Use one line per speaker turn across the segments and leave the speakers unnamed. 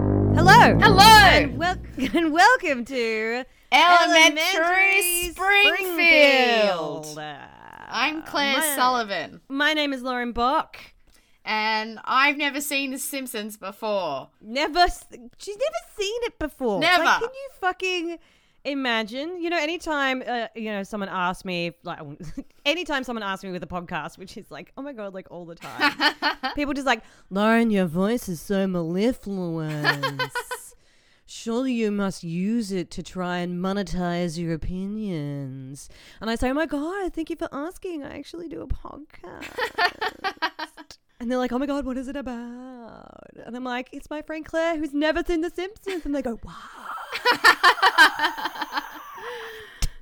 Hello.
Hello.
And, wel- and welcome to
Elementary,
Springfield. Ah,
Springfield. I'm Claire
my-
Sullivan,
My name is Lauren Bock.
and I've never seen The Simpsons before.
Never, s- she's never seen it before. It's
Never.
Like, can you fucking imagine? You know, anytime uh, you know someone asks me, like, anytime someone asks me with a podcast, which is like, oh my god, like all the time. People just like, Lauren, your voice is so mellifluous. Surely you must use it to try and monetize your opinions. And I say, Oh my God, thank you for asking. I actually do a podcast. and they're like, Oh my God, what is it about? And I'm like, It's my friend Claire who's never seen The Simpsons. And they go, Wow.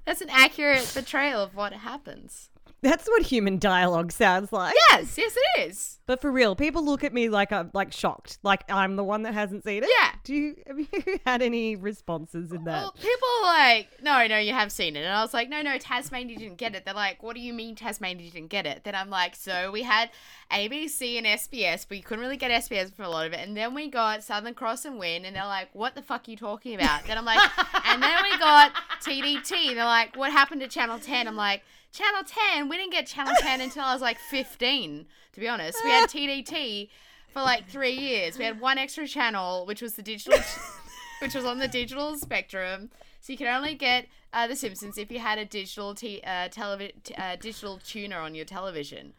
That's an accurate portrayal of what happens.
That's what human dialogue sounds like.
Yes, yes, it is.
But for real, people look at me like I'm like shocked, like I'm the one that hasn't seen it.
Yeah.
Do you have you had any responses in that?
Well, people are like, no, no, you have seen it. And I was like, no, no, Tasmania didn't get it. They're like, what do you mean Tasmania didn't get it? Then I'm like, so we had ABC and SBS, but you couldn't really get SBS for a lot of it. And then we got Southern Cross and Win, and they're like, what the fuck are you talking about? Then I'm like, and then we got TDT. They're like, what happened to Channel 10? I'm like, Channel 10? We didn't get Channel 10 until I was like 15, to be honest. We had TDT. For like three years, we had one extra channel, which was the digital which was on the digital spectrum. So you could only get uh, The Simpsons if you had a digital t- uh, televi- t- uh, digital tuner on your television.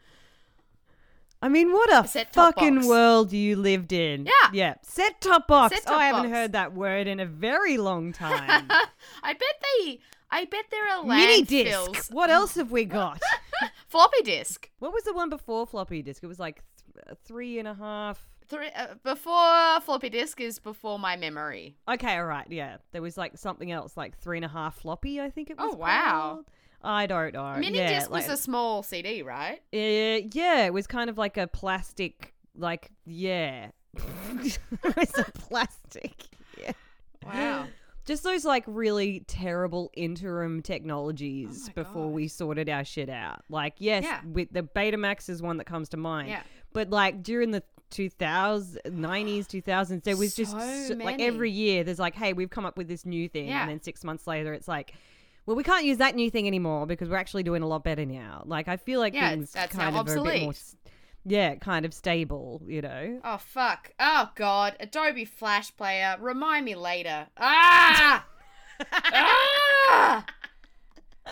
I mean, what a
set-top
fucking
box.
world you lived in.
Yeah.
Yeah. Set top box.
Set-top
oh, I haven't
box.
heard that word in a very long time.
I bet they, I bet there are
Mini
landfills.
disc. What else have we got?
Floppy disk.
what was the one before floppy disk? It was like th- three and a half.
Three, uh, before floppy disk is before my memory.
Okay, all right. Yeah. There was like something else, like three and a half floppy, I think it was.
Oh, wow.
called. I don't know.
Mini
Uh, yeah,
disc was
like-
a small CD, right?
Uh, yeah, it was kind of like a plastic, like, yeah. it was a plastic. Yeah.
Wow.
Just those like really terrible interim technologies
Oh my
before
God.
we sorted our shit out. Like, yes,
Yeah.
with the Betamax is one that comes to mind.
Yeah.
But like during the 2000s, 90s, 2000s, there was just
So
so- like
many.
every year there's like, hey, we've come up with this new thing.
Yeah.
And then six months later, it's like, well, we can't use that new thing anymore because we're actually doing a lot better now. Like, I feel like
Yeah,
things
that's now
kind of are a bit
obsolete.
more, s- yeah, kind of stable, you know?
Oh fuck. Oh god. Adobe Flash Player. Remind me later. Ah. ah!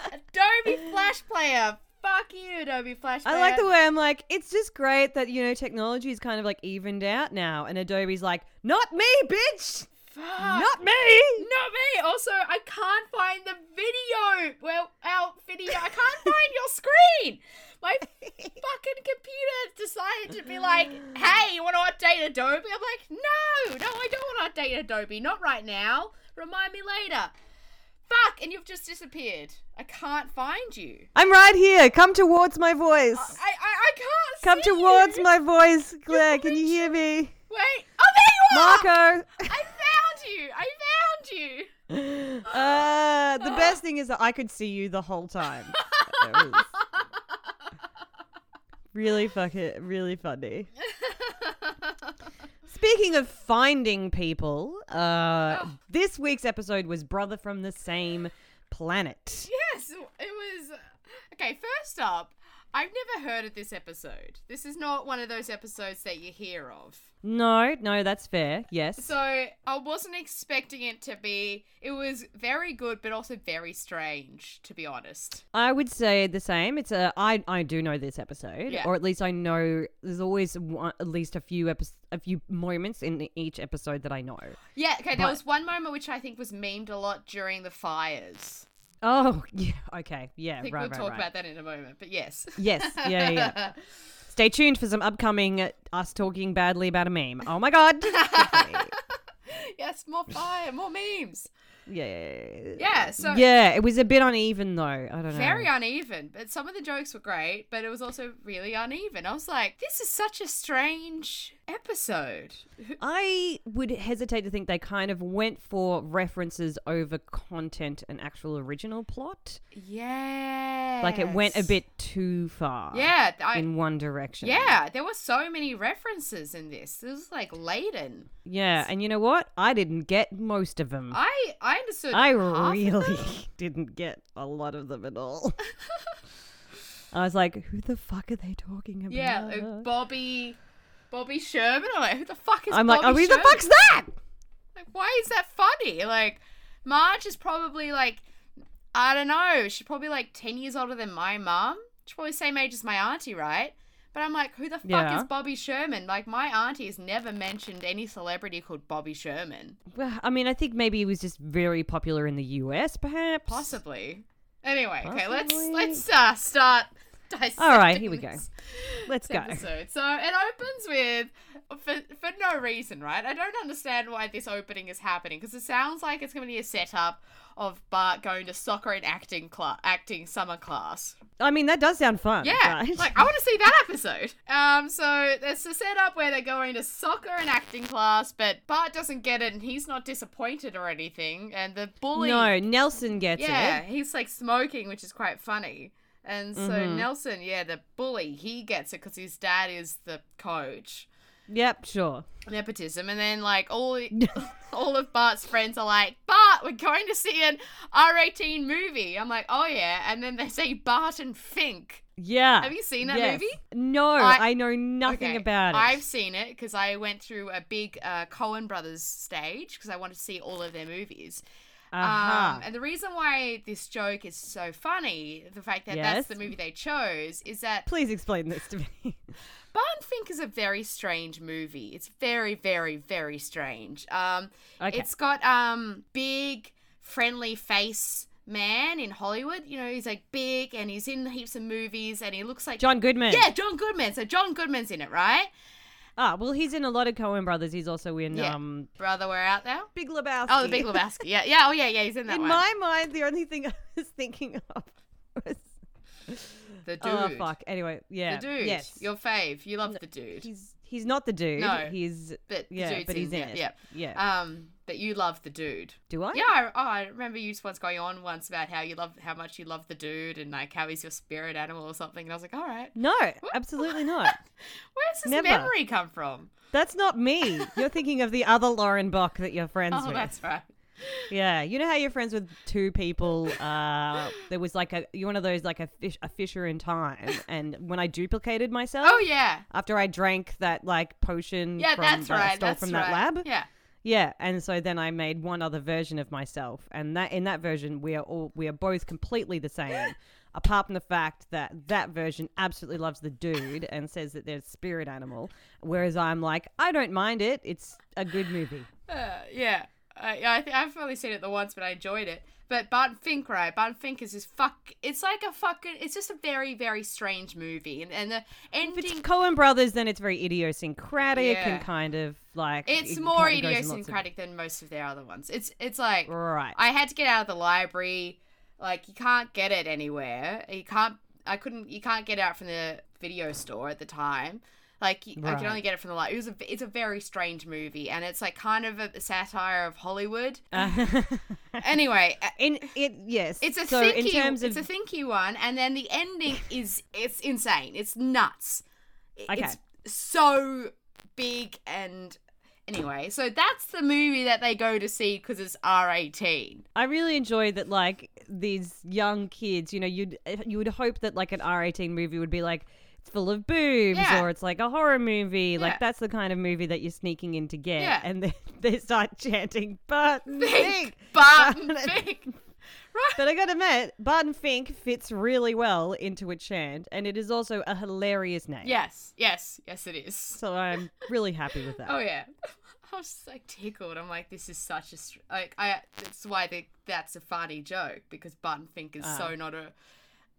Adobe Flash Player. Fuck you, Adobe Flash Player.
I like the way I'm like, it's just great that, you know, technology is kind of like evened out now. And Adobe's like, not me, bitch!
Fuck.
Not me!
Not me. Also, I can't find the video. Well, our video. I can't find your screen. My fucking computer decided to be like, "Hey, you want to update Adobe?" I'm like, "No, no, I don't want to update Adobe. Not right now. Remind me later." Fuck, and you've just disappeared. I can't find you.
I'm right here. Come towards my voice.
I I, I can't.
Come
see
towards
you.
my voice, Claire. Can you hear me?
Wait. Oh, there you are.
Marco!
I found you. I found you.
Ah! Uh, the best thing is that I could see you the whole time. That was really fucking, really funny. Speaking of finding people, uh,
Ah.
this week's episode was Brother from the Same Planet.
Yes, it was. uh, Okay, first up, I've never heard of this episode. This is not one of those episodes that you hear of.
No, no, that's fair. Yes.
So I wasn't expecting it to be. It was very good, but also very strange, to be honest.
I would say the same. It's a I I do know this episode,
Yeah.
or at least I know there's always one, at least a few epi- a few moments in each episode that I know.
Yeah, okay, there
But-
was one moment which I think was memed a lot during the fires.
Oh yeah, okay, yeah,
I think
right,
we'll
right,
talk
right.
about that in a moment, but yes.
yes, yeah, yeah, yeah. Stay tuned for some upcoming uh, us talking badly about a meme. Oh my god. yeah,
yes, more fire, more memes.
yeah,
Yeah, so
yeah. It was a bit uneven though. I don't know.
very uneven but some of the jokes were great but it was also really uneven i was like this is such a strange episode.
I would hesitate to think they kind of went for references over content and actual original plot.
Yeah.
Like it went a bit too far.
Yeah. I,
In one direction.
yeah. There were so many references in this. This was like laden.
Yeah. And you know what? I didn't get most of them.
I I understood.
Mm. I
half of
really
them.
didn't get a lot of them at all. I was like, who the fuck are they talking about?
Yeah. uh, Bobby. Bobby Sherman. I'm like, who the fuck is?
I'm like,
Bobby
oh, who the
Sherman?
fuck's that?
Like, why is that funny? Like, Marge is probably like, I don't know. She's probably like ten years older than my mum. She's probably same age as my auntie, right? But I'm like, who the fuck
Yeah.
is Bobby Sherman? Like, my auntie has never mentioned any celebrity called Bobby Sherman.
Well, I mean, I think maybe it was just very popular in the US, perhaps.
Possibly. Anyway, okay, let's
Possibly.
let's uh, start.
All right, here we
dissecting
go.
this
Let's go.
Episode. So it opens with for, for no reason, right? I don't understand why this opening is happening because it sounds like it's going to be a setup of Bart going to soccer and acting cla- acting summer class.
I mean, that does sound fun.
Yeah,
right?
like I want to see that episode. Um, so there's a setup where they're going to soccer and acting class, but Bart doesn't get it and he's not disappointed or anything. And the bully
no, Nelson gets
yeah,
it.
he's like smoking, which is quite funny. And so
Mhm.
Nelson, yeah, the bully, he gets it because his dad is the coach.
Yep, sure.
Nepotism, and then like all all of Bart's friends are like, Bart, we're going to see an R eighteen movie. I'm like, oh yeah, and then they say Bart and Fink.
Yeah.
Have you seen that
Yes.
movie?
No,
I-
I, know nothing
Okay,
about it.
I've seen it because I went through a big uh, Cohen Brothers stage because I wanted to see all of their movies.
Aha.
Um, and the reason why this joke is so funny, the fact that
Yes.
that's the movie they chose, is that
Please explain this to me.
Barn Fink is a very strange movie. It's very, very, very strange. Um,
Okay.
It's got um big, friendly face man in Hollywood. You know, he's like big and he's in heaps of movies and he looks like
John Goodman.
yeah, John Goodman. So John Goodman's in it, right?
Ah, well, he's in a lot of Cohen Brothers. He's also in
Yeah.
um,
Brother, we're out there.
Big Lebowski.
Oh, the Big Lebowski. Yeah, yeah. Oh, yeah, yeah. He's in that
In
one.
my mind, the only thing I was thinking of was
the dude.
oh fuck. Anyway, yeah,
The dude.
Yes,
Your fave. You love the dude.
he's he's not the dude.
No.
he's
But the
yeah,
dude's
but he's in,
yeah,
it.
Yeah.
yeah.
Um, but you love the dude.
Do I?
Yeah, I, oh, I remember you once going on once about how you love how much you love the dude and like how he's your spirit animal or something. And I was like, all right,
No, absolutely not.
where's this
Never.
memory come from?
That's not me. You're thinking of the other Lauren Bock that you're friends
Oh,
with.
that's right.
Yeah, you know how you're friends with two people. Uh, there was like a you're one of those like a fish a fisher in time. And when I duplicated myself
Oh yeah,
after I drank that like potion,
yeah,
from,
that's
that I
right.
stole
that's
from
right.
that lab.
Yeah,
Yeah, and so then I made one other version of myself, and that in that version we are all we are both completely the same, apart from the fact that that version absolutely loves the dude and says that they're a spirit animal, whereas I'm like I don't mind it. It's a good movie.
uh, yeah. Uh, yeah, I think I've only seen it the once, but I enjoyed it. But Barton Fink, right? Barton Fink is this fuck. It's like a fucking. It's just a very, very strange movie, and and the
If it's
ending
Cohen Brothers, then it's very idiosyncratic
Yeah.
and kind of like
It's
it
more
kinda goes in lots of-
idiosyncratic than most of their other ones. It's it's like
Right.
I had to get out of the library. Like you can't get it anywhere. You can't. I couldn't. You can't get out from the video store at the time. Like you- I could
Right.
only get it from the library. It was a. It's a very strange movie, and it's like kind of a satire of Hollywood. anyway, uh,
in it yes.
it's a
so
thinky.
in terms of
it's a thinky one, and then the ending is it's insane. It's nuts. I-
Okay.
It's so big and anyway, so that's the movie that they go to see because it's R eighteen.
I really enjoy that, like these young kids. You know, you'd you would hope that like an R eighteen movie would be like it's full of boobs
Yeah.
or it's like a horror movie.
Yeah.
Like that's the kind of movie that you're sneaking in to get,
Yeah.
and then they start chanting Barton Fink.
Barton
Barton
Fink.
But I gotta admit, Barton Fink fits really well into a chant, and it is also a hilarious name.
Yes, yes, yes, it is.
So I'm really happy with that.
Oh yeah. I was just like tickled. I'm like, this is such a str- like I. That's why they, that's a funny joke because Barton Fink is so not a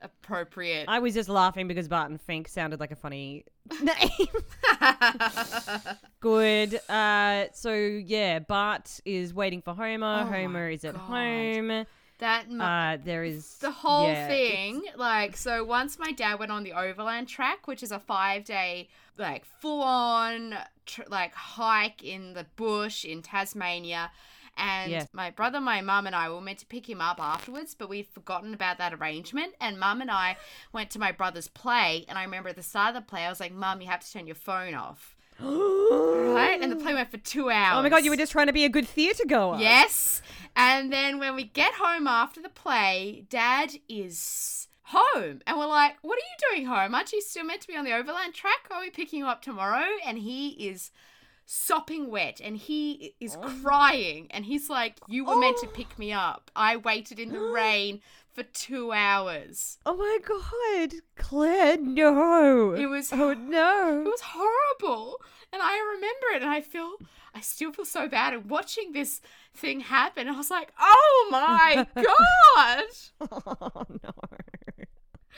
appropriate.
I was just laughing because Barton Fink sounded like a funny name. Good. Uh, so yeah, Bart is waiting for Homer.
Oh my
Homer is at
God.
home.
that mu-
Uh, there is
the whole
yeah, it-
thing like so once my dad went on the overland track which is a five day like full on tr- like hike in the bush in Tasmania. And
Yes.
my brother, my mum, and I were meant to pick him up afterwards, but we'd forgotten about that arrangement. And mum and I went to my brother's play. And I remember at the start of the play, I was like, Mum, you have to turn your phone off. Right? And the play went for two hours.
Oh my god, you were just trying to be a good theatre goer.
Yes. And then when we get home after the play, Dad is home. And we're like, what are you doing home? Aren't you still meant to be on the overland track? Are we picking you up tomorrow? And he is sopping wet and he is crying. And he's like, you were meant to pick me up. I waited in the rain for two hours.
Oh my god, Claire, no.
It was-
Oh no.
It was horrible. And I remember it and I feel I still feel so bad at watching this thing happen. I was like, oh my god.
Oh no.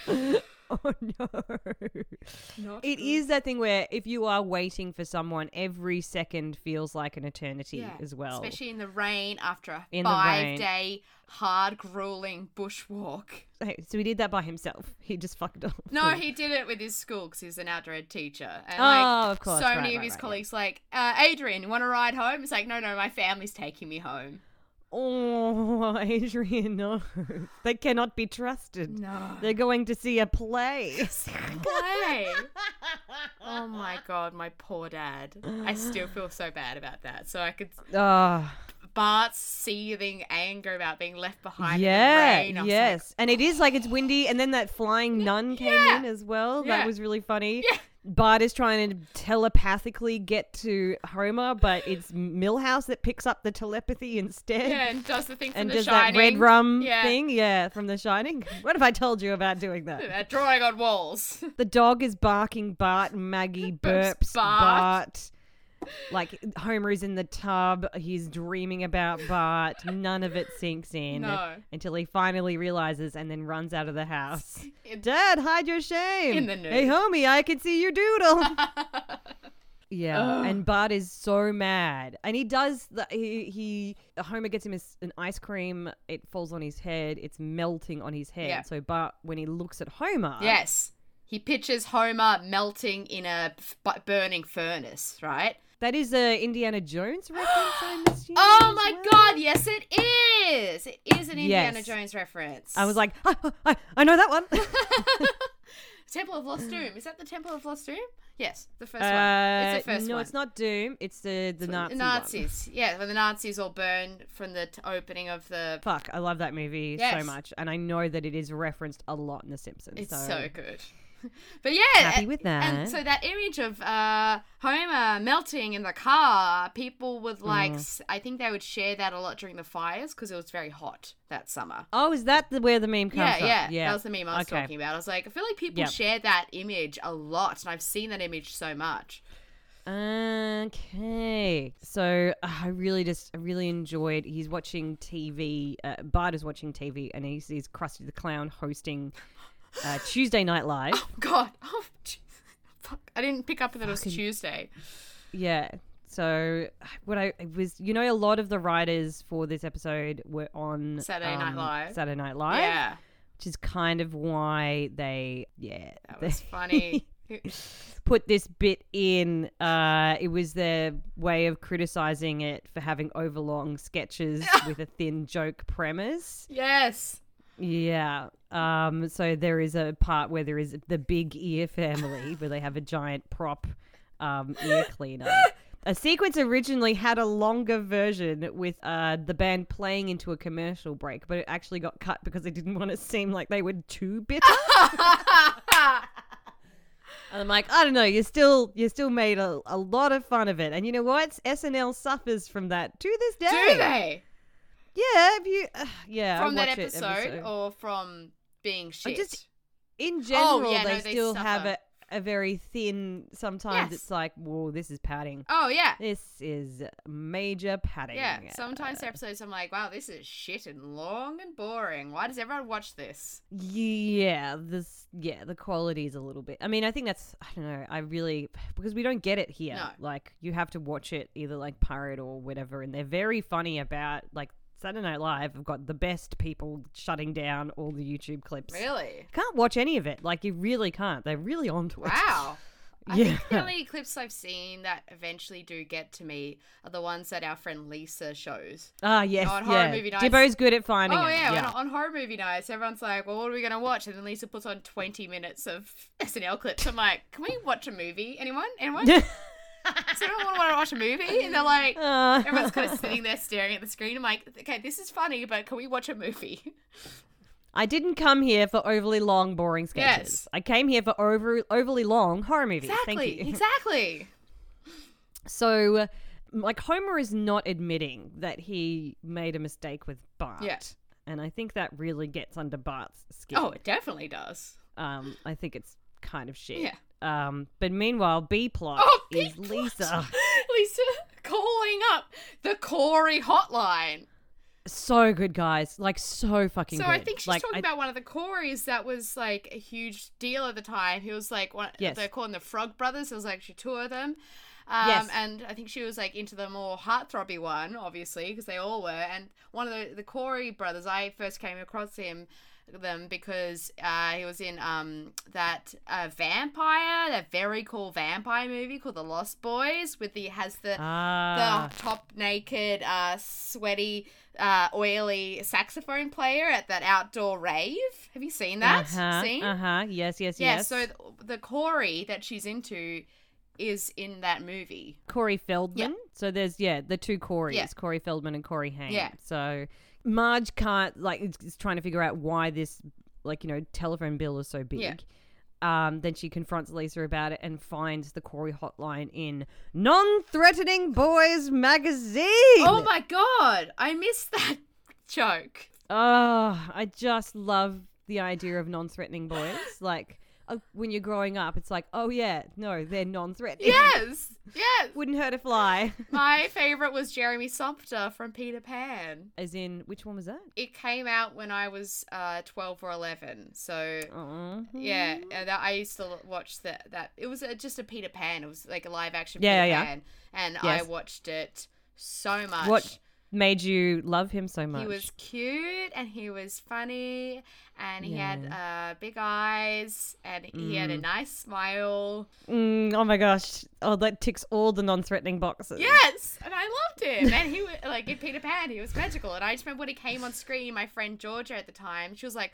oh no. It
Mm.
is that thing where if you are waiting for someone, every second feels like an eternity as well.
Especially in the rain after a
In the rain.
five day hard grueling bushwalk.
Hey, so he did that by himself. He just fucked off.
No, he did it with his school because he's an outdoor ed teacher. And
Oh,
like,
of course.
so
Right,
many
right,
of his
right, yeah.
colleagues like, uh, Adrian, you want to ride home? It's like, no, no, my family's taking me home.
Oh, Adrian, no. They cannot be trusted.
No.
They're going to see a play.
Why? oh my god, my poor dad. I still feel so bad about that. So I could
Ah.
Bart's seething anger about being left behind
yeah,
in the rain. I was like,
yes, and it is like it's windy, and then that flying nun came
Yeah.
in as well.
Yeah.
That was really funny.
Yeah.
Bart is trying to telepathically get to Homer, but it's Millhouse that picks up the telepathy instead.
yeah, and does the thing from
And
the
does
shining.
that red rum
Yeah.
thing, yeah, from The Shining. What have I told you about doing that?
About drawing on walls.
The dog is barking. Bart, Maggie burps.
Burps
Bart.
Bart.
Like Homer is in the tub. He's dreaming about Bart. None of it sinks in
No.
until he finally realizes and then runs out of the house.
In-
Dad, hide your shame.
In the nude.
Hey, homie, I can see your doodle. yeah, and Bart is so mad, and he does. The, he, he Homer gets him his, an ice cream. It falls on his head. It's melting on his head.
Yeah.
So Bart, when he looks at Homer,
yes. He pictures Homer melting in a f- bu- burning furnace, right?
That is a Indiana Jones reference I missed you.
Oh
as
my
well.
god, yes it is! It is an Indiana
Yes.
Jones reference.
I was like, "Ah, ah, I, I know that one.
Temple of Lost Doom. Is that the Temple of Lost Doom? Yes, the first one.
Uh,
It's the first
no,
one.
it's not Doom. It's the the Nazi
the
one.
Nazis. Yeah, when the Nazis all burn from the t- opening of the.
Fuck, I love that movie so
Yes.
much, and I know that it is referenced a lot in The Simpsons.
It's
so,
so, good. But yeah,
Happy
a-
with that.
And so that image of uh, Homer melting in the car, people
Mm.
would like. s I I think they would share that a lot during the fires because it was very hot that summer.
Oh, is that the, where the meme comes
Yeah,
from?
yeah, That was the meme I was
Okay.
talking about. I was like, I feel like people
Yep.
share that image a lot, and I've seen that image so much.
Okay. So uh, I really just, I really enjoyed. He's watching TV. Uh, Bart is watching TV, and he sees Krusty the Clown hosting uh, Tuesday Night Live.
God, oh, jeez. fuck! I didn't pick up that it was Tuesday.
Yeah. So what I it was, you know, a lot of the writers for this episode were on um,
Saturday Night Live.
Saturday Night Live,
Yeah,
which is kind of why they, yeah,
that
they
was funny.
put this bit in. Uh, it was their way of criticizing it for having overlong sketches with a thin joke premise.
yes.
Yeah. Um, so there is a part where there is the big ear family where they have a giant prop um, ear cleaner. A sequence originally had a longer version with uh, the band playing into a commercial break, but it actually got cut because they didn't want to seem like they were too bitter. and I'm like, I don't know, you still you still made a, a lot of fun of it, and you know what? SNL suffers from that to this day.
Do they?
Yeah, if you, uh, yeah, I
From that
watch it
episode,
every so-
or from being shit?
just- in general,
yeah,
they,
no, they
still have a,
suffer.
a very thin. Sometimes
Yes.
it's like, whoa, this is padding.
oh, yeah.
This is major padding.
Yeah. Sometimes the episodes I'm like, wow, this is shit and long and boring. Why does everyone watch this?
yeah, this, yeah, the quality is a little bit. I mean, I think that's, I don't know, I really because we don't get it here.
No.
Like you have to watch it either like pirate or whatever, and they're very funny about like Saturday Night Live. Have got the best people shutting down all the YouTube clips.
Really?
Can't watch any of it. Like you really can't. They're really onto it.
Wow. I
Yeah.
think the only clips I've seen that eventually do get to me are the ones that our friend Lisa shows.
Ah, yes.
on horror
yeah.
movie nights.
Dibbo's good at finding
oh
it.
yeah, On, on horror movie nights, everyone's like, "Well, what are we gonna watch?" And then Lisa puts on twenty minutes of SNL clips. I'm like, "Can we watch a movie? Anyone? Anyone? Does anyone want to watch a movie?" And they're like,
Uh,
everyone's kind of sitting there staring at the screen. I'm like, "Okay, this is funny, but can we watch a movie?"
I didn't come here for overly long, boring sketches.
Yes.
I came here for over overly long horror movies. Thank
Exactly,
you.
exactly.
So, uh, like, Homer is not admitting that he made a mistake with Bart.
Yeah.
And I think that really gets under Bart's skin.
Oh, it definitely does.
Um, I think it's kind of shit.
Yeah.
Um, but meanwhile, B plot
Oh,
is
B-plot.
Lisa.
Lisa calling up the Corey hotline.
So good, guys. Like, so fucking
So
good.
I think she's
Like,
talking
I-
about one of the Coreys that was like a huge deal at the time. He was like one.
Yes.
They're calling the Frog Brothers. It was actually two of them. Um,
Yes.
And I think she was like into the more heartthrobby one, obviously, because they all were. And one of the the Corey brothers, I first came across him them because uh, he was in um that uh, vampire, that very cool vampire movie called The Lost Boys, with the has the
Ah.
the top naked, uh, sweaty, uh, oily saxophone player at that outdoor rave. Have you seen that
Uh-huh,
scene?
Uh-huh. Yes, yes,
Yeah.
yes.
So th- the Corey that she's into is in that movie.
Corey Feldman. So there's yeah, the two Corys,
Yeah.
Corey Feldman and Corey Haim.
Yeah.
So Marge can't like is is trying to figure out why this like you know telephone bill is so big.
Yeah.
Um, then she confronts Lisa about it and finds the Corey hotline in Non-Threatening Boys magazine.
Oh my god, I missed that joke.
Oh, I just love the idea of non-threatening boys. like uh, when you're growing up, it's like, oh yeah, no, they're non-threatening.
Yes, yes.
Wouldn't hurt a fly.
My favorite was Jeremy Sumpter from Peter Pan.
As in, which one was that?
It came out when I was uh, twelve or eleven, so
Oh.
Yeah, uh, that I used to l- watch that. That it was uh just a Peter Pan. It was like a live action
Yeah,
Peter
yeah, yeah.
Pan, and I
Yes.
watched it so much.
What made you love him so much?
He was cute and he was funny and he had uh, big eyes and he had a nice smile.
Mm, oh my gosh! Oh, that ticks all the non-threatening boxes.
Yes, and I loved him. And he was like in Peter Pan, he was magical. And I just remember when he came on screen, my friend Georgia at the time, she was like,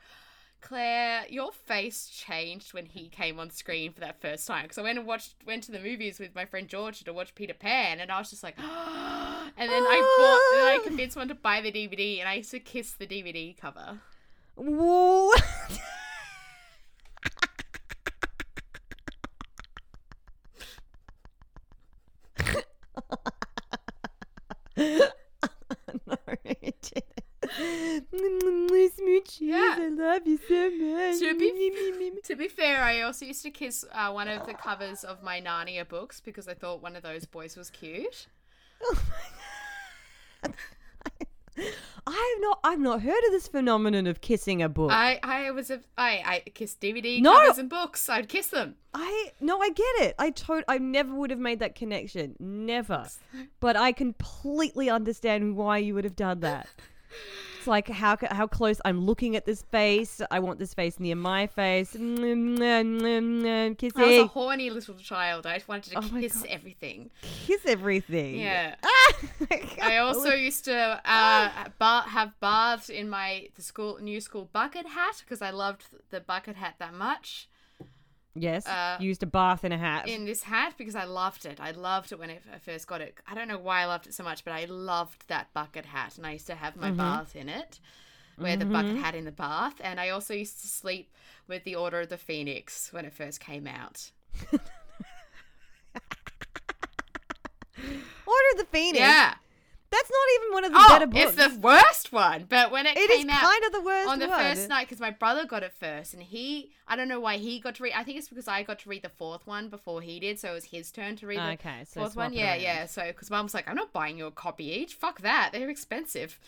"Claire, your face changed when he came on screen for that first time." Because I went and watched, went to the movies with my friend Georgia to watch Peter Pan, and I was just like, and then I bought, then I convinced one to buy the DVD, and I used to kiss the DVD cover.
Whoa. no, I didn't. Smoochies,
Yeah.
I love you so much.
To be-
Me, me, me, me.
To be fair, I also used to kiss uh, one of the covers of my Narnia books because I thought one of those boys was cute.
I have not. I've not heard of this phenomenon of kissing a book.
I I was a I I kissed DVD
No.
covers and books. I'd kiss them.
I no, I get it. I tot- I never would have made that connection, never. But I completely understand why you would have done that. It's like how ca- how close I'm looking at this face. I want this face near my face.
I was a
Kissing,
horny little child. I just wanted to
Oh my Ah!
kiss everything.
kiss everything.
Yeah. I
I
also used to uh, ba- have baths in my the school new school bucket hat because I loved the bucket hat that much.
yes
uh,
used a bath in a hat.
In this hat because I loved it. I loved it when I I first got it. I don't know why I loved it so much, but I loved that bucket hat, and I used to have my bath in it. Wear the bucket hat in the bath, and I also used to sleep with the Order of the Phoenix when it first came out.
Order of the Phoenix.
Yeah.
that's not even one of the
Oh,
better
it's
books.
the worst one. But when it,
It is
came out
kind of the worst
on the
one.
first night, because my brother got it first, and he, I don't know why he got to read. I think it's because I got to read the fourth one before he did, so it was his turn to read the
Okay, so
fourth
swap
one.
it
Yeah,
around.
yeah. So because mum's like, I'm not buying you a copy each. Fuck that. They're expensive.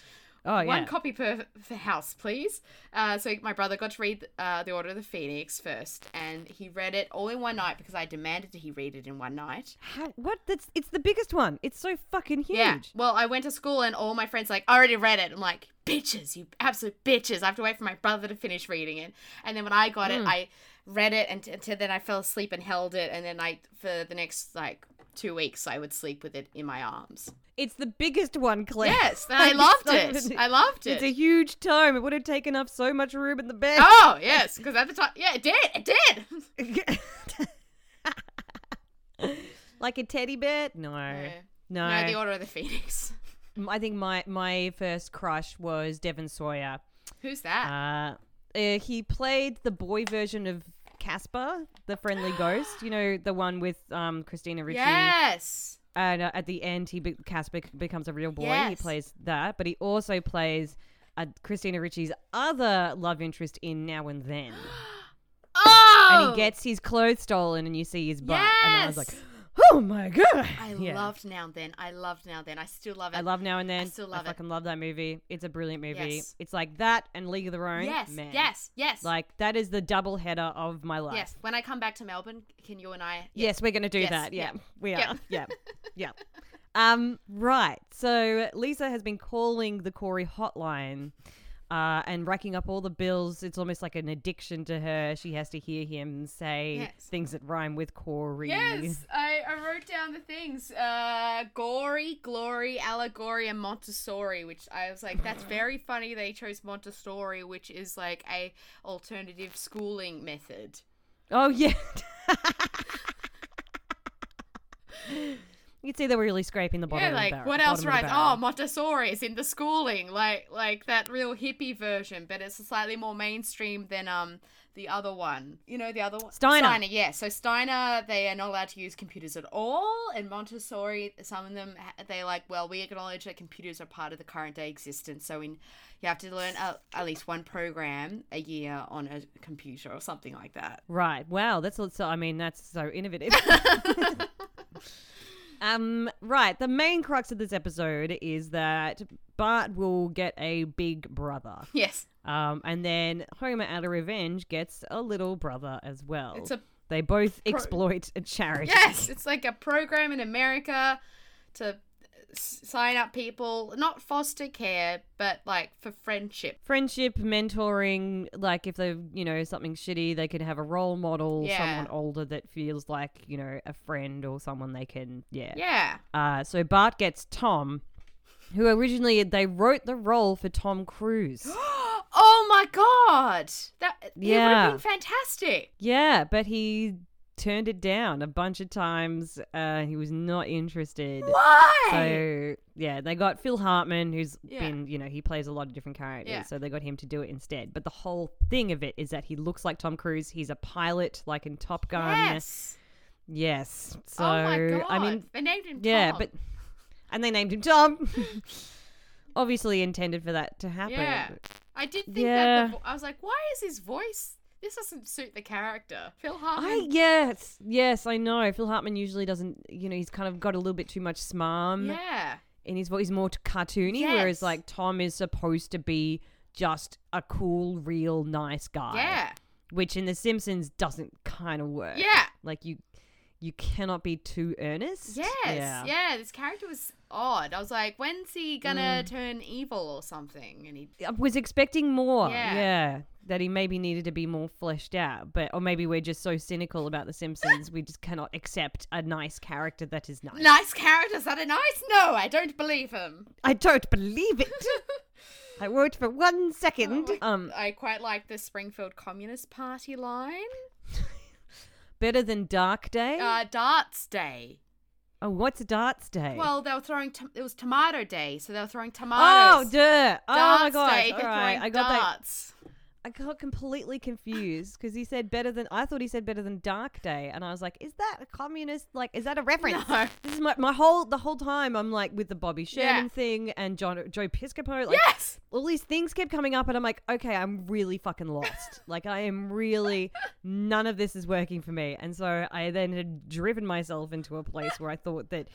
Oh
One
yeah.
copy per, per house, please. Uh, so my brother got to read uh, the Order of the Phoenix first, and he read it all in one night because I demanded he read it in one night.
How, what? That's it's the biggest one. It's so fucking huge.
Yeah. Well, I went to school and all my friends like I already read it. I'm like, bitches, you absolute bitches. I have to wait for my brother to finish reading it. And then when I got
Hmm.
it, I read it and t- until then I fell asleep and held it. And then I, for the next like two weeks, I would sleep with it in my arms.
It's the biggest one, Claire.
Yes, and I
It's
loved
like-
it. I loved
It's a
it.
huge tome. It would have taken up so much room in the bed.
Oh, yes, because at the time, yeah, it did. It did.
like a teddy bear? No.
Yeah.
No.
No, The Order of the Phoenix.
I think my, my first crush was Devon Sawyer.
Who's that?
Uh, uh, he played the boy version of Casper, the friendly ghost. You know, the one with um, Christina Ricci.
yes.
And uh, at the end, he be- Casper c- becomes a real boy. He
Yes.
plays that, but he also plays uh, Christina Ricci's other love interest in Now and Then.
Oh,
And he gets his clothes stolen, and you see his butt. And I was like,
Yes!
oh my god!
I
Yeah.
loved Now and Then. I loved Now and Then. I still love it.
I love Now and Then. I,
still love it.
fucking love that movie. It's a brilliant movie.
Yes.
It's like that and League of Their Own.
Yes,
Man.
yes, yes,
Like that is the double header of my life.
yes. When I come back to Melbourne, can you and I? Yeah.
Yes, we're going to do
Yes,
that. Yeah,
yep,
we
yep.
are. Yeah, yeah. Um, right. So Lisa has been calling the Corey hotline uh, and racking up all the bills. It's almost like an addiction to her. She has to hear him say
Yes.
things that rhyme with Corey.
Yes, I, I wrote down the things. Uh, gory, glory, allegory, and Montessori, which I was like, that's very funny. They chose Montessori, which is like a alternative schooling method.
Oh yeah. You can see they were really scraping the bottom.
yeah,
of the
like
barrel-
what else
bottom of the
rhymes?
barrel.
Oh, Montessori is in the schooling, like like that real hippie version, but it's slightly more mainstream than um the other one. You know the other one,
Steiner.
Steiner, yeah. So Steiner, they are not allowed to use computers at all, and Montessori, some of them ha- they like. Well, we acknowledge that computers are part of the current day existence, so in you have to learn uh, at least one program a year on a computer or something like that.
Right. Wow. That's so. I mean, that's so innovative. um. Right. The main crux of this episode is that Bart will get a big brother,
Yes,
um, and then Homer, out of revenge, gets a little brother as well.
it's a
they both exploit a charity.
Yes, it's like a program in America to s- sign up people, not foster care, but like for friendship.
Friendship, mentoring, like if they, you know, something shitty, they can have a role model,
Yeah.
someone older that feels like, you know, a friend or someone they can,
Yeah.
Uh, so Bart gets Tom, who originally they wrote the role for Tom Cruise.
Oh my god. That it would
Yeah.
have been fantastic.
yeah, but he turned it down a bunch of times. Uh, he was not interested.
Why?
So yeah, they got Phil Hartman, who's
Yeah.
been you know he plays a lot of different characters,
Yeah.
so they got him to do it instead. But the whole thing of it is that he looks like Tom Cruise. He's a pilot, like in Top Gun.
yes.
Yes. So
oh my god.
I mean,
they named him
Yeah,
Tom.
but and they named him Tom. Obviously intended for that to happen.
Yeah. I did think
Yeah.
that the vo- I was like, why is his voice this doesn't suit the character. Phil Hartman.
I yes, yes, I know. Phil Hartman usually doesn't, you know, he's kind of got a little bit too much smarm
yeah.
in his voice. He's more t- cartoony, whereas
Yes.
like Tom is supposed to be just a cool, real, nice guy.
Yeah.
Which in The Simpsons doesn't kind of work.
Yeah.
Like you, you cannot be too earnest.
Yes. Yeah. this character was odd. I was like, when's he gonna
Mm.
turn evil or something? And he
I was expecting more. Yeah.
Yeah.
That he maybe needed to be more fleshed out, but or maybe we're just so cynical about The Simpsons, we just cannot accept a nice character that is nice.
nice characters that are nice. No, I don't believe him.
I don't believe it. I won't for one second.
Oh
um,
I quite like the Springfield Communist Party line.
better than Dark Day.
Uh, Darts Day.
oh, what's Darts Day?
Well, they were throwing. Tom- it was Tomato Day, so they were throwing
oh,
tomatoes.
duh. Oh my
Darts
gosh.
Day,
All
they're
right,
throwing
I got that.
darts.
I got completely confused because he said better than. I thought he said better than Dark Day, and I was like, is that a communist? Like, is that a reference?
No.
This is my, my whole the whole time I'm like with the Bobby Sherman
Yeah.
thing and John Joe Piscopo. Like,
Yes.
all these things kept coming up and I'm like, okay, I'm really fucking lost. like I am really none of this is working for me. And so I then had driven myself into a place where I thought that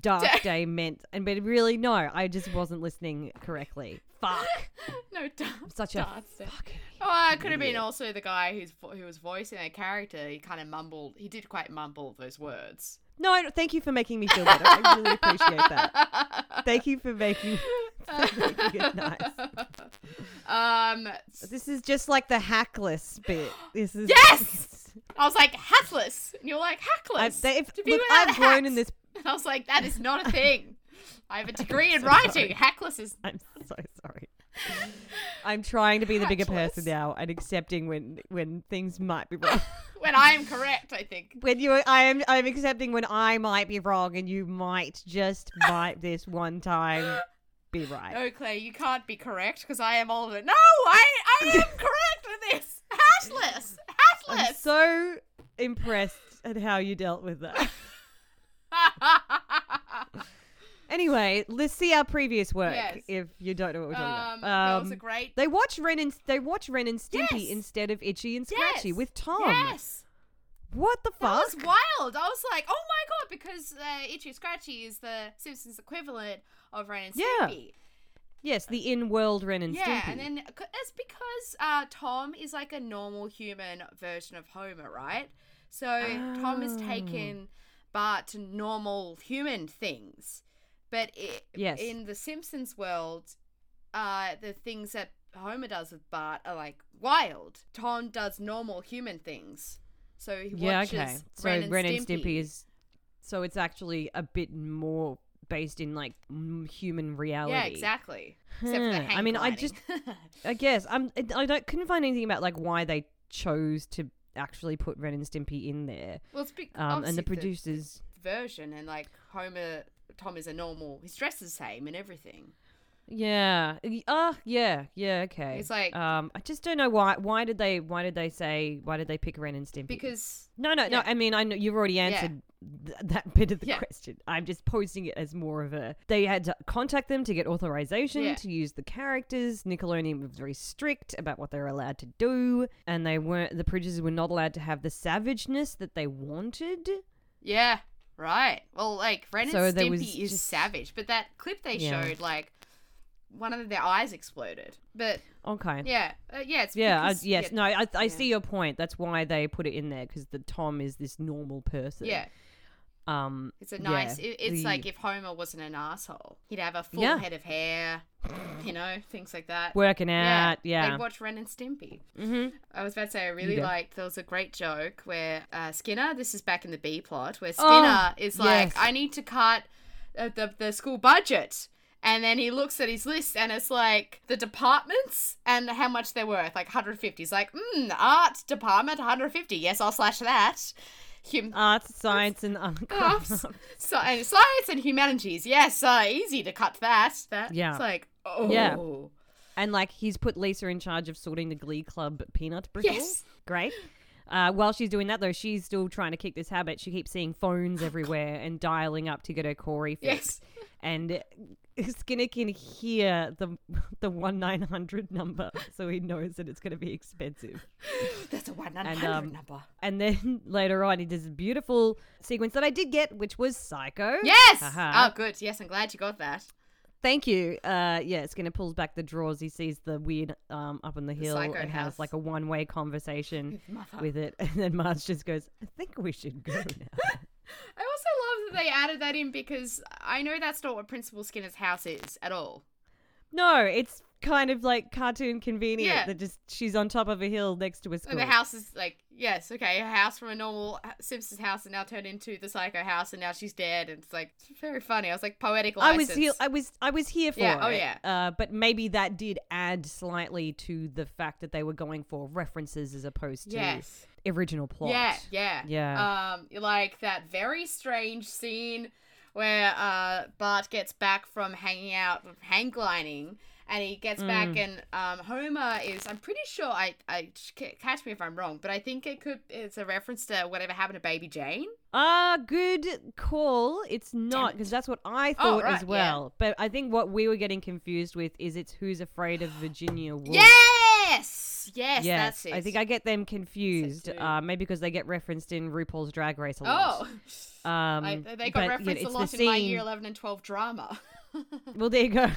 dark day meant and but really no, I just wasn't listening correctly. Fuck.
No. Dar-
Such a
Darts Day.
fucking
Oh, it could have been also the guy who's vo- who was voicing that character. He kind of mumbled. He did quite mumble those words.
No, I don't- thank you for making me feel better. I really appreciate that. Thank you for making, for making it nice.
Um,
This is just like the hackless bit. This is
Yes! I was like, hatless. And you're like,
I,
hackless.
they, if,
To be
look,
without
I've grown in
hats.
this.
And I was like, that is not a thing. I have a degree in
so
writing. Hackless is.
I'm so sorry. I'm trying to be the bigger person
Hackless.
now and accepting when when things might be wrong.
When I am correct, I think.
when you, I am, I'm accepting when I might be wrong and you might just might this one time be right.
No, Claire, you can't be correct because I am older. No, I, I am correct with this. Hatless.
I'm
Hatless.
so impressed at how you dealt with that. Anyway, let's see our previous work
Yes.
if you don't know what we're
um,
talking
that
about.
was a
Um,
great.
they watch Ren and they watch Ren and Stimpy
Yes.
instead of Itchy and Scratchy
Yes.
with Tom.
Yes.
What the
That
fuck?
was wild. I was like, oh my god, because uh, Itchy and Scratchy is the Simpsons equivalent of Ren and
Yeah.
Stimpy.
yes, the in-world Ren and
Yeah,
Stimpy.
and then c- it's because uh, Tom is like a normal human version of Homer, right? So Tom has taken
Oh.
Bart to normal human things, but i
Yes.
in the Simpsons world, uh, the things that Homer does with Bart are like wild. Tom does normal human things, so he
yeah,
watches
okay. So
Ren and
and Stimpy is so it's actually a bit more based in like m- human reality.
yeah, exactly. Except for the
Huh. I
Hank
mean, I
lining.
just I guess I'm. I- I don't couldn't find anything about like why they chose to actually put Ren and Stimpy in there.
well, it's be-
Um, and
obviously
the producers.
version and like Homer Tom is a normal he's dressed the same and everything.
Yeah. Y- Ah. yeah. Yeah. Okay.
It's like-
Um. I just don't know why. Why did they? Why did they say? Why did they pick Ren and Stimpy?
Because
No. No. No.
yeah.
I mean, I know you've already answered th- that bit of the
Yeah.
question. I'm just posing it as more of a. They had to contact them to get authorization
Yeah.
to use the characters. Nickelodeon was very strict about what they were allowed to do, and they weren't. The producers were not allowed to have the savageness that they wanted.
yeah, right. Well, like Ren
So
and
there was
Stimpy is
just-
savage, but that clip they
Yeah.
showed like one of their eyes exploded. But
Okay.
yeah, uh, yeah, it's
Yeah, I,
because-
yes,
yeah,
no, I, I
yeah.
see your point. That's why they put it in there because the Tom is this normal person.
yeah,
Um.
it's a
yeah,
nice. It, it's
the-
like if Homer wasn't an asshole, he'd have a full
Yeah.
head of hair, you know, things like that.
working out. Yeah.
They'd watch Ren and Stimpy.
Mhm.
I was about to say I really
go.
liked there was a great joke where uh, Skinner, this is back in the B plot, where Skinner
Oh,
is like,
yes.
I need to cut uh, the the school budget. And then he looks at his list and it's like the departments and how much they're worth, like 150. He's like, mm, art department, 150. Yes, I'll slash that. Hum-
Arts, science, and other crafts.
crafts, sci- and science and humanities. Yes, uh, easy to cut that. that.
Yeah.
It's like, oh.
Yeah. and like he's put Lisa in charge of sorting the Glee Club peanut bristles.
Yes.
Great. Uh, while she's doing that, though, she's still trying to kick this habit. She keeps seeing phones everywhere and dialing up to get her Corey fixed.
Oh, Yes.
And Skinner can hear the the one nine hundred number, so he knows that it's going to be expensive.
That's a 1
And,
900
um,
number.
And then later on, he does a beautiful sequence that I did get, which was Psycho.
Yes!
Haha.
Oh, good. Yes, I'm glad you got that.
Thank you. Uh, yeah, it's gonna pulls back the drawers. He sees the weird um up on the hill
Psycho
and
house.
has like a one way conversation
Mother.
with it, and then Marge just goes, "I think we should go now."
I also love that they added that in because I know that's not what Principal Skinner's house is at all.
no, it's kind of like cartoon convenient
Yeah.
that just she's on top of a hill next to a school.
And the house is like, yes, okay, a house from a normal Simpsons house and now turned into the psycho house and now she's dead. And it's like, it's very funny. I was like, poetic
I
license.
was here. I was I was here for
Yeah, oh
it.
yeah.
Uh, but maybe that did add slightly to the fact that they were going for references as opposed to
Yes.
original plot.
Yeah, yeah.
Yeah.
Um, like that very strange scene where uh, Bart gets back from hanging out, hang gliding, and he gets
Mm.
back, and um, Homer is. I'm pretty sure I, I catch me if I'm wrong, but I think it could. It's a reference to whatever happened to Baby Jane.
Ah, good call. It's not
it.
because that's what I
Oh,
thought
right,
as
yeah.
well. But I think what we were getting confused with is it's Who's Afraid of Virginia Woolf.
Yes,
Yes,
yes, that's it.
I think I get them confused.
too.
Uh, maybe because they get referenced in RuPaul's Drag Race a lot.
Oh,
Oh, um,
I, they
but,
got
you know,
referenced
it's
a
the
lot in my
scene-
year 11 and 12 drama.
Well, there you go.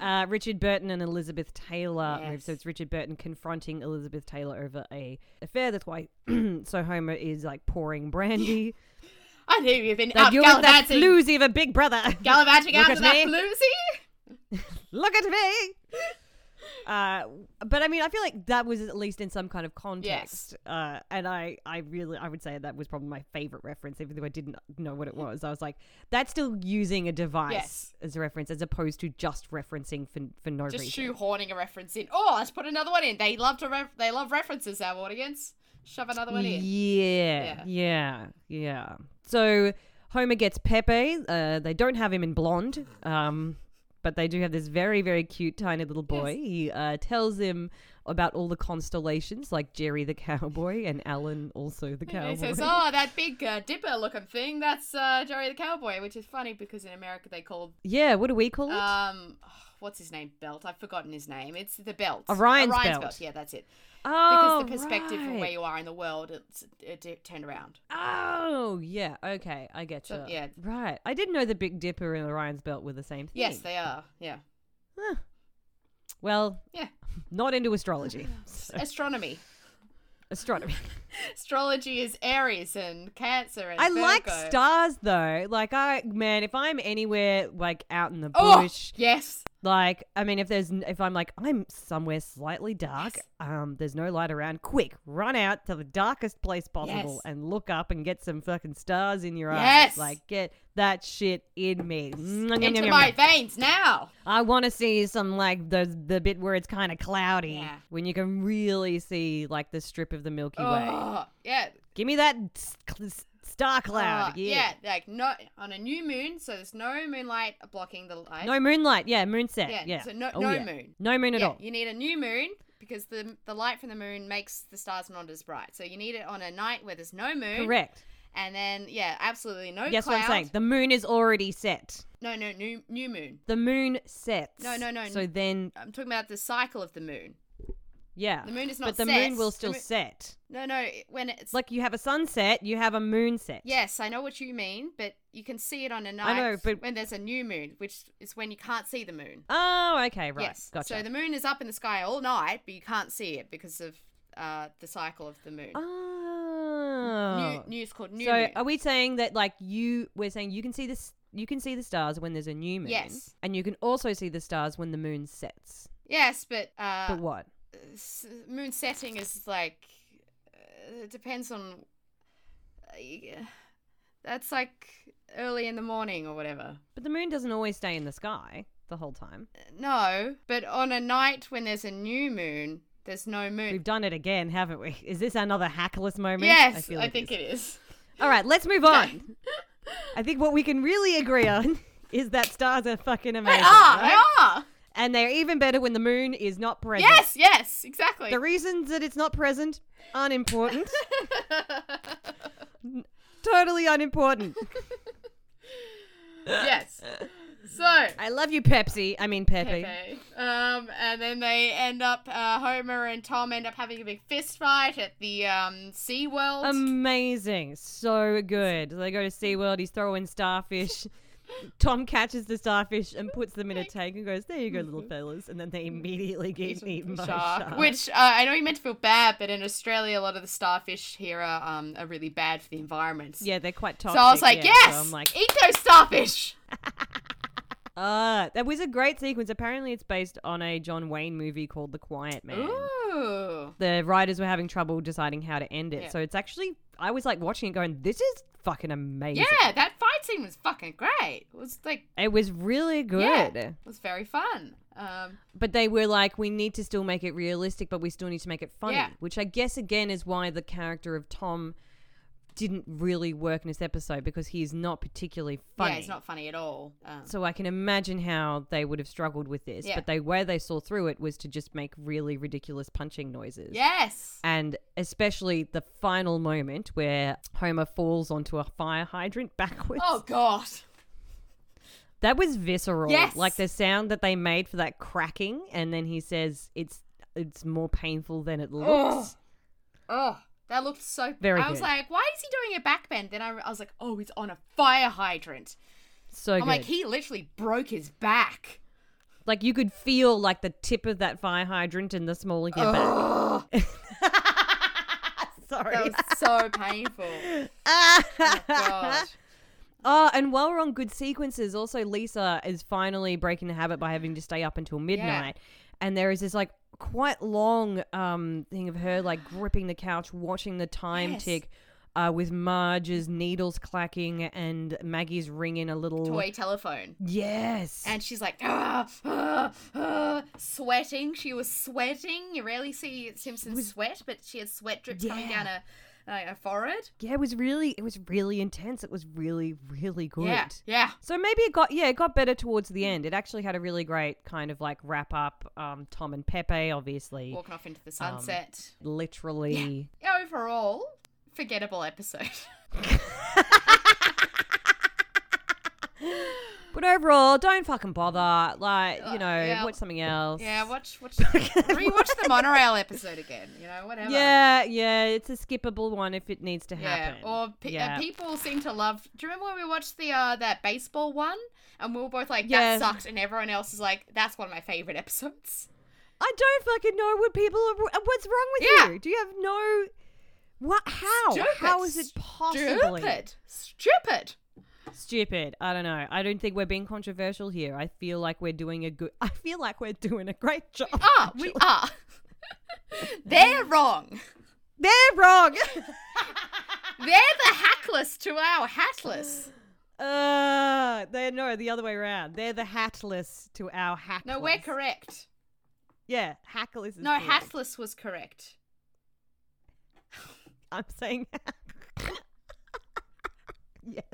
Uh, Richard Burton and Elizabeth Taylor.
Yes.
So it's Richard Burton confronting Elizabeth Taylor over a affair. That's why. so Homer is like pouring brandy.
Oh, I knew you've been
That
up
you're with that
gallivanting,
floozy of a big brother.
gallivanting
Look
after
at
that
me.
floozy.
Look at me. Uh, but I mean, I feel like that was at least in some kind of context. Uh, and I, I really, I would say that was probably my favorite reference, even though I didn't know what it was. I was like, that's still using a device
Mm-hmm. Yes.
as a reference, as opposed to just referencing for for no
Just
reason.
shoehorning a reference in. Oh, let's put another one in. They love to ref- they love references. Our audience shove another one in.
Yeah, yeah,
Yeah.
yeah, So Homer gets Pepe. Uh, they don't have him in blonde, um, but they do have this very, very cute, tiny little boy. He uh, tells him about all the constellations, like Jerry the cowboy and Alan also the
And
cowboy.
he says, "Oh, that big uh, dipper looking thing. That's uh, Jerry the Cowboy," which is funny because in America they called
yeah, what do we call it?
um, what's his name? Belt. I've forgotten his name. It's the belt.
Orion's belt.
Yeah, that's it.
oh,
Because the perspective
right.
from where you are in the world, it's it, it turned around.
Oh, yeah. Okay, I get you.
So, yeah.
Right. I didn't know the Big Dipper and Orion's Belt were the same thing.
Yes, they are. Yeah,
Huh. Well,
Yeah.
Not into astrology.
astronomy.
Astronomy.
Astrology is Aries and Cancer and
I like
Virgo.
stars though. Like I man, if I'm anywhere like out in the
Oh,
bush,
yes.
like I mean, if there's n- if I'm like I'm somewhere slightly dark,
Yes.
um, there's no light around. Quick, run out to the darkest place possible
Yes.
and look up and get some fucking stars in your eyes.
Yes.
like get that shit in me. Nyum, nyum,
Into
nyum,
my
nyum.
veins now.
I want to see some like the the bit where it's kind of cloudy
Yeah.
when you can really see like the strip of the Milky Way.
Oh, yeah.
Give me that s- cl- s- star cloud.
Oh, yeah. Like no on a new moon, so there's no moonlight blocking the light.
No moonlight. Yeah, moonset. Yeah.
So no,
Oh,
no
yeah.
moon.
No moon at
yeah,
all.
You need a new moon because the the light from the moon makes the stars not as bright. So you need it on a night where there's no moon.
Correct.
And then yeah, absolutely no
Guess
cloud.
what I'm saying? The moon is already set.
No, no, new new moon.
The moon sets.
No, no, no.
So then,
I'm talking about the cycle of the moon.
yeah.
The moon is
but
not
the
set.
moon will
The
still
moon-
set.
No, no, it- when it's
Like you have a sunset, you have a moon set.
Yes, I know what you mean, but you can see it on a night
I know, but-
when there's a new moon, which is when you can't see the moon.
Oh, okay, right.
Yes.
Gotcha.
So the moon is up in the sky all night, but you can't see it because of uh, the cycle of the moon.
oh.
New, news called new
so
moon.
are we saying that like you? We're saying you can see this. You can see the stars when there's a new moon.
Yes.
And you can also see the stars when the moon sets.
yes, but, uh,
but what?
s- moon setting is like uh, it depends on. Uh, yeah. that's like early in the morning or whatever.
But the moon doesn't always stay in the sky the whole time.
No, but on a night when there's a new moon, there's no moon.
We've done it again, haven't we? Is this another hackless moment?
Yes, I,
like
think
is.
it is.
All right, let's move on. I think what we can really agree on is that stars are fucking amazing.
Ah,
right?
ah!
And they're even better when the moon is not present.
Yes, yes, exactly.
The reasons that it's not present, unimportant. totally unimportant.
yes. So,
I love you, Pepsi. I mean, Pepe.
Okay. Um, and then they end up, uh, Homer and Tom end up having a big fist fight at the um, Sea World.
Amazing. So good. They go to SeaWorld, he's throwing starfish. Tom catches the starfish and puts them in a tank and goes, There you go, little fellas. And then they immediately get eaten by a shark.
Which uh, I know you meant to feel bad, but in Australia, a lot of the starfish here are, um, are really bad for the environment.
yeah, they're quite
So
toxic.
I was like,
yeah.
yes,
So I'm like,
eat those starfish.
ah, that was a great sequence. Apparently, it's based on a John Wayne movie called The Quiet Man.
Ooh.
The writers were having trouble deciding how to end it.
Yeah.
So it's actually, I was like watching it going, This is fucking amazing.
Yeah, that fight scene was fucking great. It was like,
It was really good.
yeah, it was very fun. Um,
But they were like, we need to still make it realistic, but we still need to make it funny.
Yeah.
Which I guess, again, is why the character of Tom didn't really work in this episode because he's not particularly funny.
yeah, it's not funny at all. Um,
So I can imagine how they would have struggled with this.
Yeah.
But they where they saw through it was to just make really ridiculous punching noises.
yes.
And especially the final moment where Homer falls onto a fire hydrant backwards.
Oh, God.
That was visceral.
Yes.
Like the sound that they made for that cracking, and then he says it's it's more painful than it looks.
Oh, that looked so.
Very
I was
good.
like, why is he doing a backbend? Then I, I was like, oh, he's on a fire hydrant.
So
I'm
good.
like,
Like,
he literally broke his back.
you could feel like the tip of that fire hydrant and the small of your
Ugh.
back. Sorry.
that was so painful. God.
oh, and while we're on good sequences, also Lisa is finally breaking the habit by having to stay up until midnight. and there is this like quite long um thing of her like gripping the couch, watching the time
Yes.
tick. Uh, with Marge's needles clacking and Maggie's ringing a little.
toy telephone.
Yes.
And she's like, ah, ah, ah, sweating. She was sweating. You rarely see Simpson sweat, but she had sweat drips coming
Yeah.
down her, uh, her forehead.
yeah, it was really, it was really intense. It was really, really good.
Yeah, yeah.
So maybe it got yeah, it got better towards the end. It actually had a really great kind of like wrap up. Um, Tom and Pepe, obviously,
Walking off
Um,
into the sunset.
literally.
Overall, forgettable episode.
But overall, don't fucking bother. Like
Uh,
you know,
yeah.
watch something else.
yeah, watch, watch, rewatch the monorail episode again. You know, whatever.
Yeah, yeah, it's a skippable one if it needs to
Yeah,
happen.
or pe-
Yeah.
Uh, people seem to love. Do you remember when we watched the uh, that baseball one, and we were both like, "That
Yes.
sucked," and everyone else is like, "That's one of my favorite episodes."
I don't fucking know what people are. What's wrong with
Yeah.
you? Do you have no? What? How?
Stupid,
How is it possibly
Stupid, stupid.
stupid? I don't know. I don't think we're being controversial here. I feel like we're doing a good. I feel like we're doing a great job.
Ah, we are. They're
Mm.
wrong.
They're wrong.
They're the hackless to our
Oh,
hatless.
uh, they no, the other way around. They're the hatless to our hackless.
No, we're correct.
Yeah, hackless. Is
No,
good.
hatless was correct.
I'm saying. yes.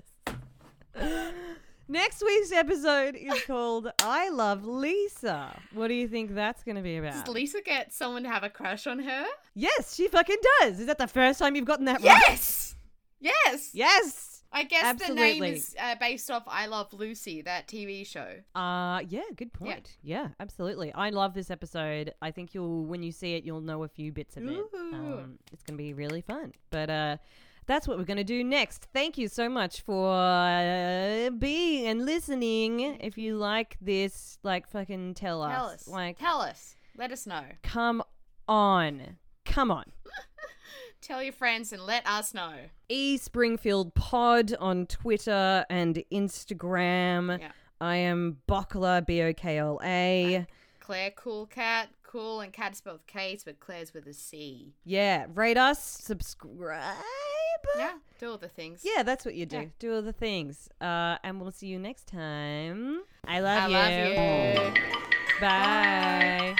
Next week's episode is called "I Love Lisa." What do you think that's going to be about?
Does Lisa get someone to have a crush on her?
yes, she fucking does. Is that the first time you've gotten that right?
Yes. Yes.
Yes.
I guess the name
Absolutely.
is uh, based off I Love Lucy, that TV show.
Uh, yeah. Good point. Yeah. absolutely. I love this episode. I think you'll, when you see it, you'll know a few bits of it.
Ooh.
Um, it's gonna be really fun. But uh, that's what we're gonna do next. Thank you so much for uh, being and listening. If you like this, like fucking tell us.
Tell us.
Like,
Tell us. Let us know.
come on, come on.
Tell your friends and let us know.
E Springfield Pod on Twitter and Instagram.
Yeah.
I am Bokla B O K L A.
Claire Cool Cat. Cool and cat spelled with K's, but Claire's with a C.
Yeah, rate us, subscribe.
Yeah. Do all the things.
Yeah, that's what you do.
Yeah.
Do all the things. Uh, and we'll see you next time. I love
I
you.
love you.
Bye.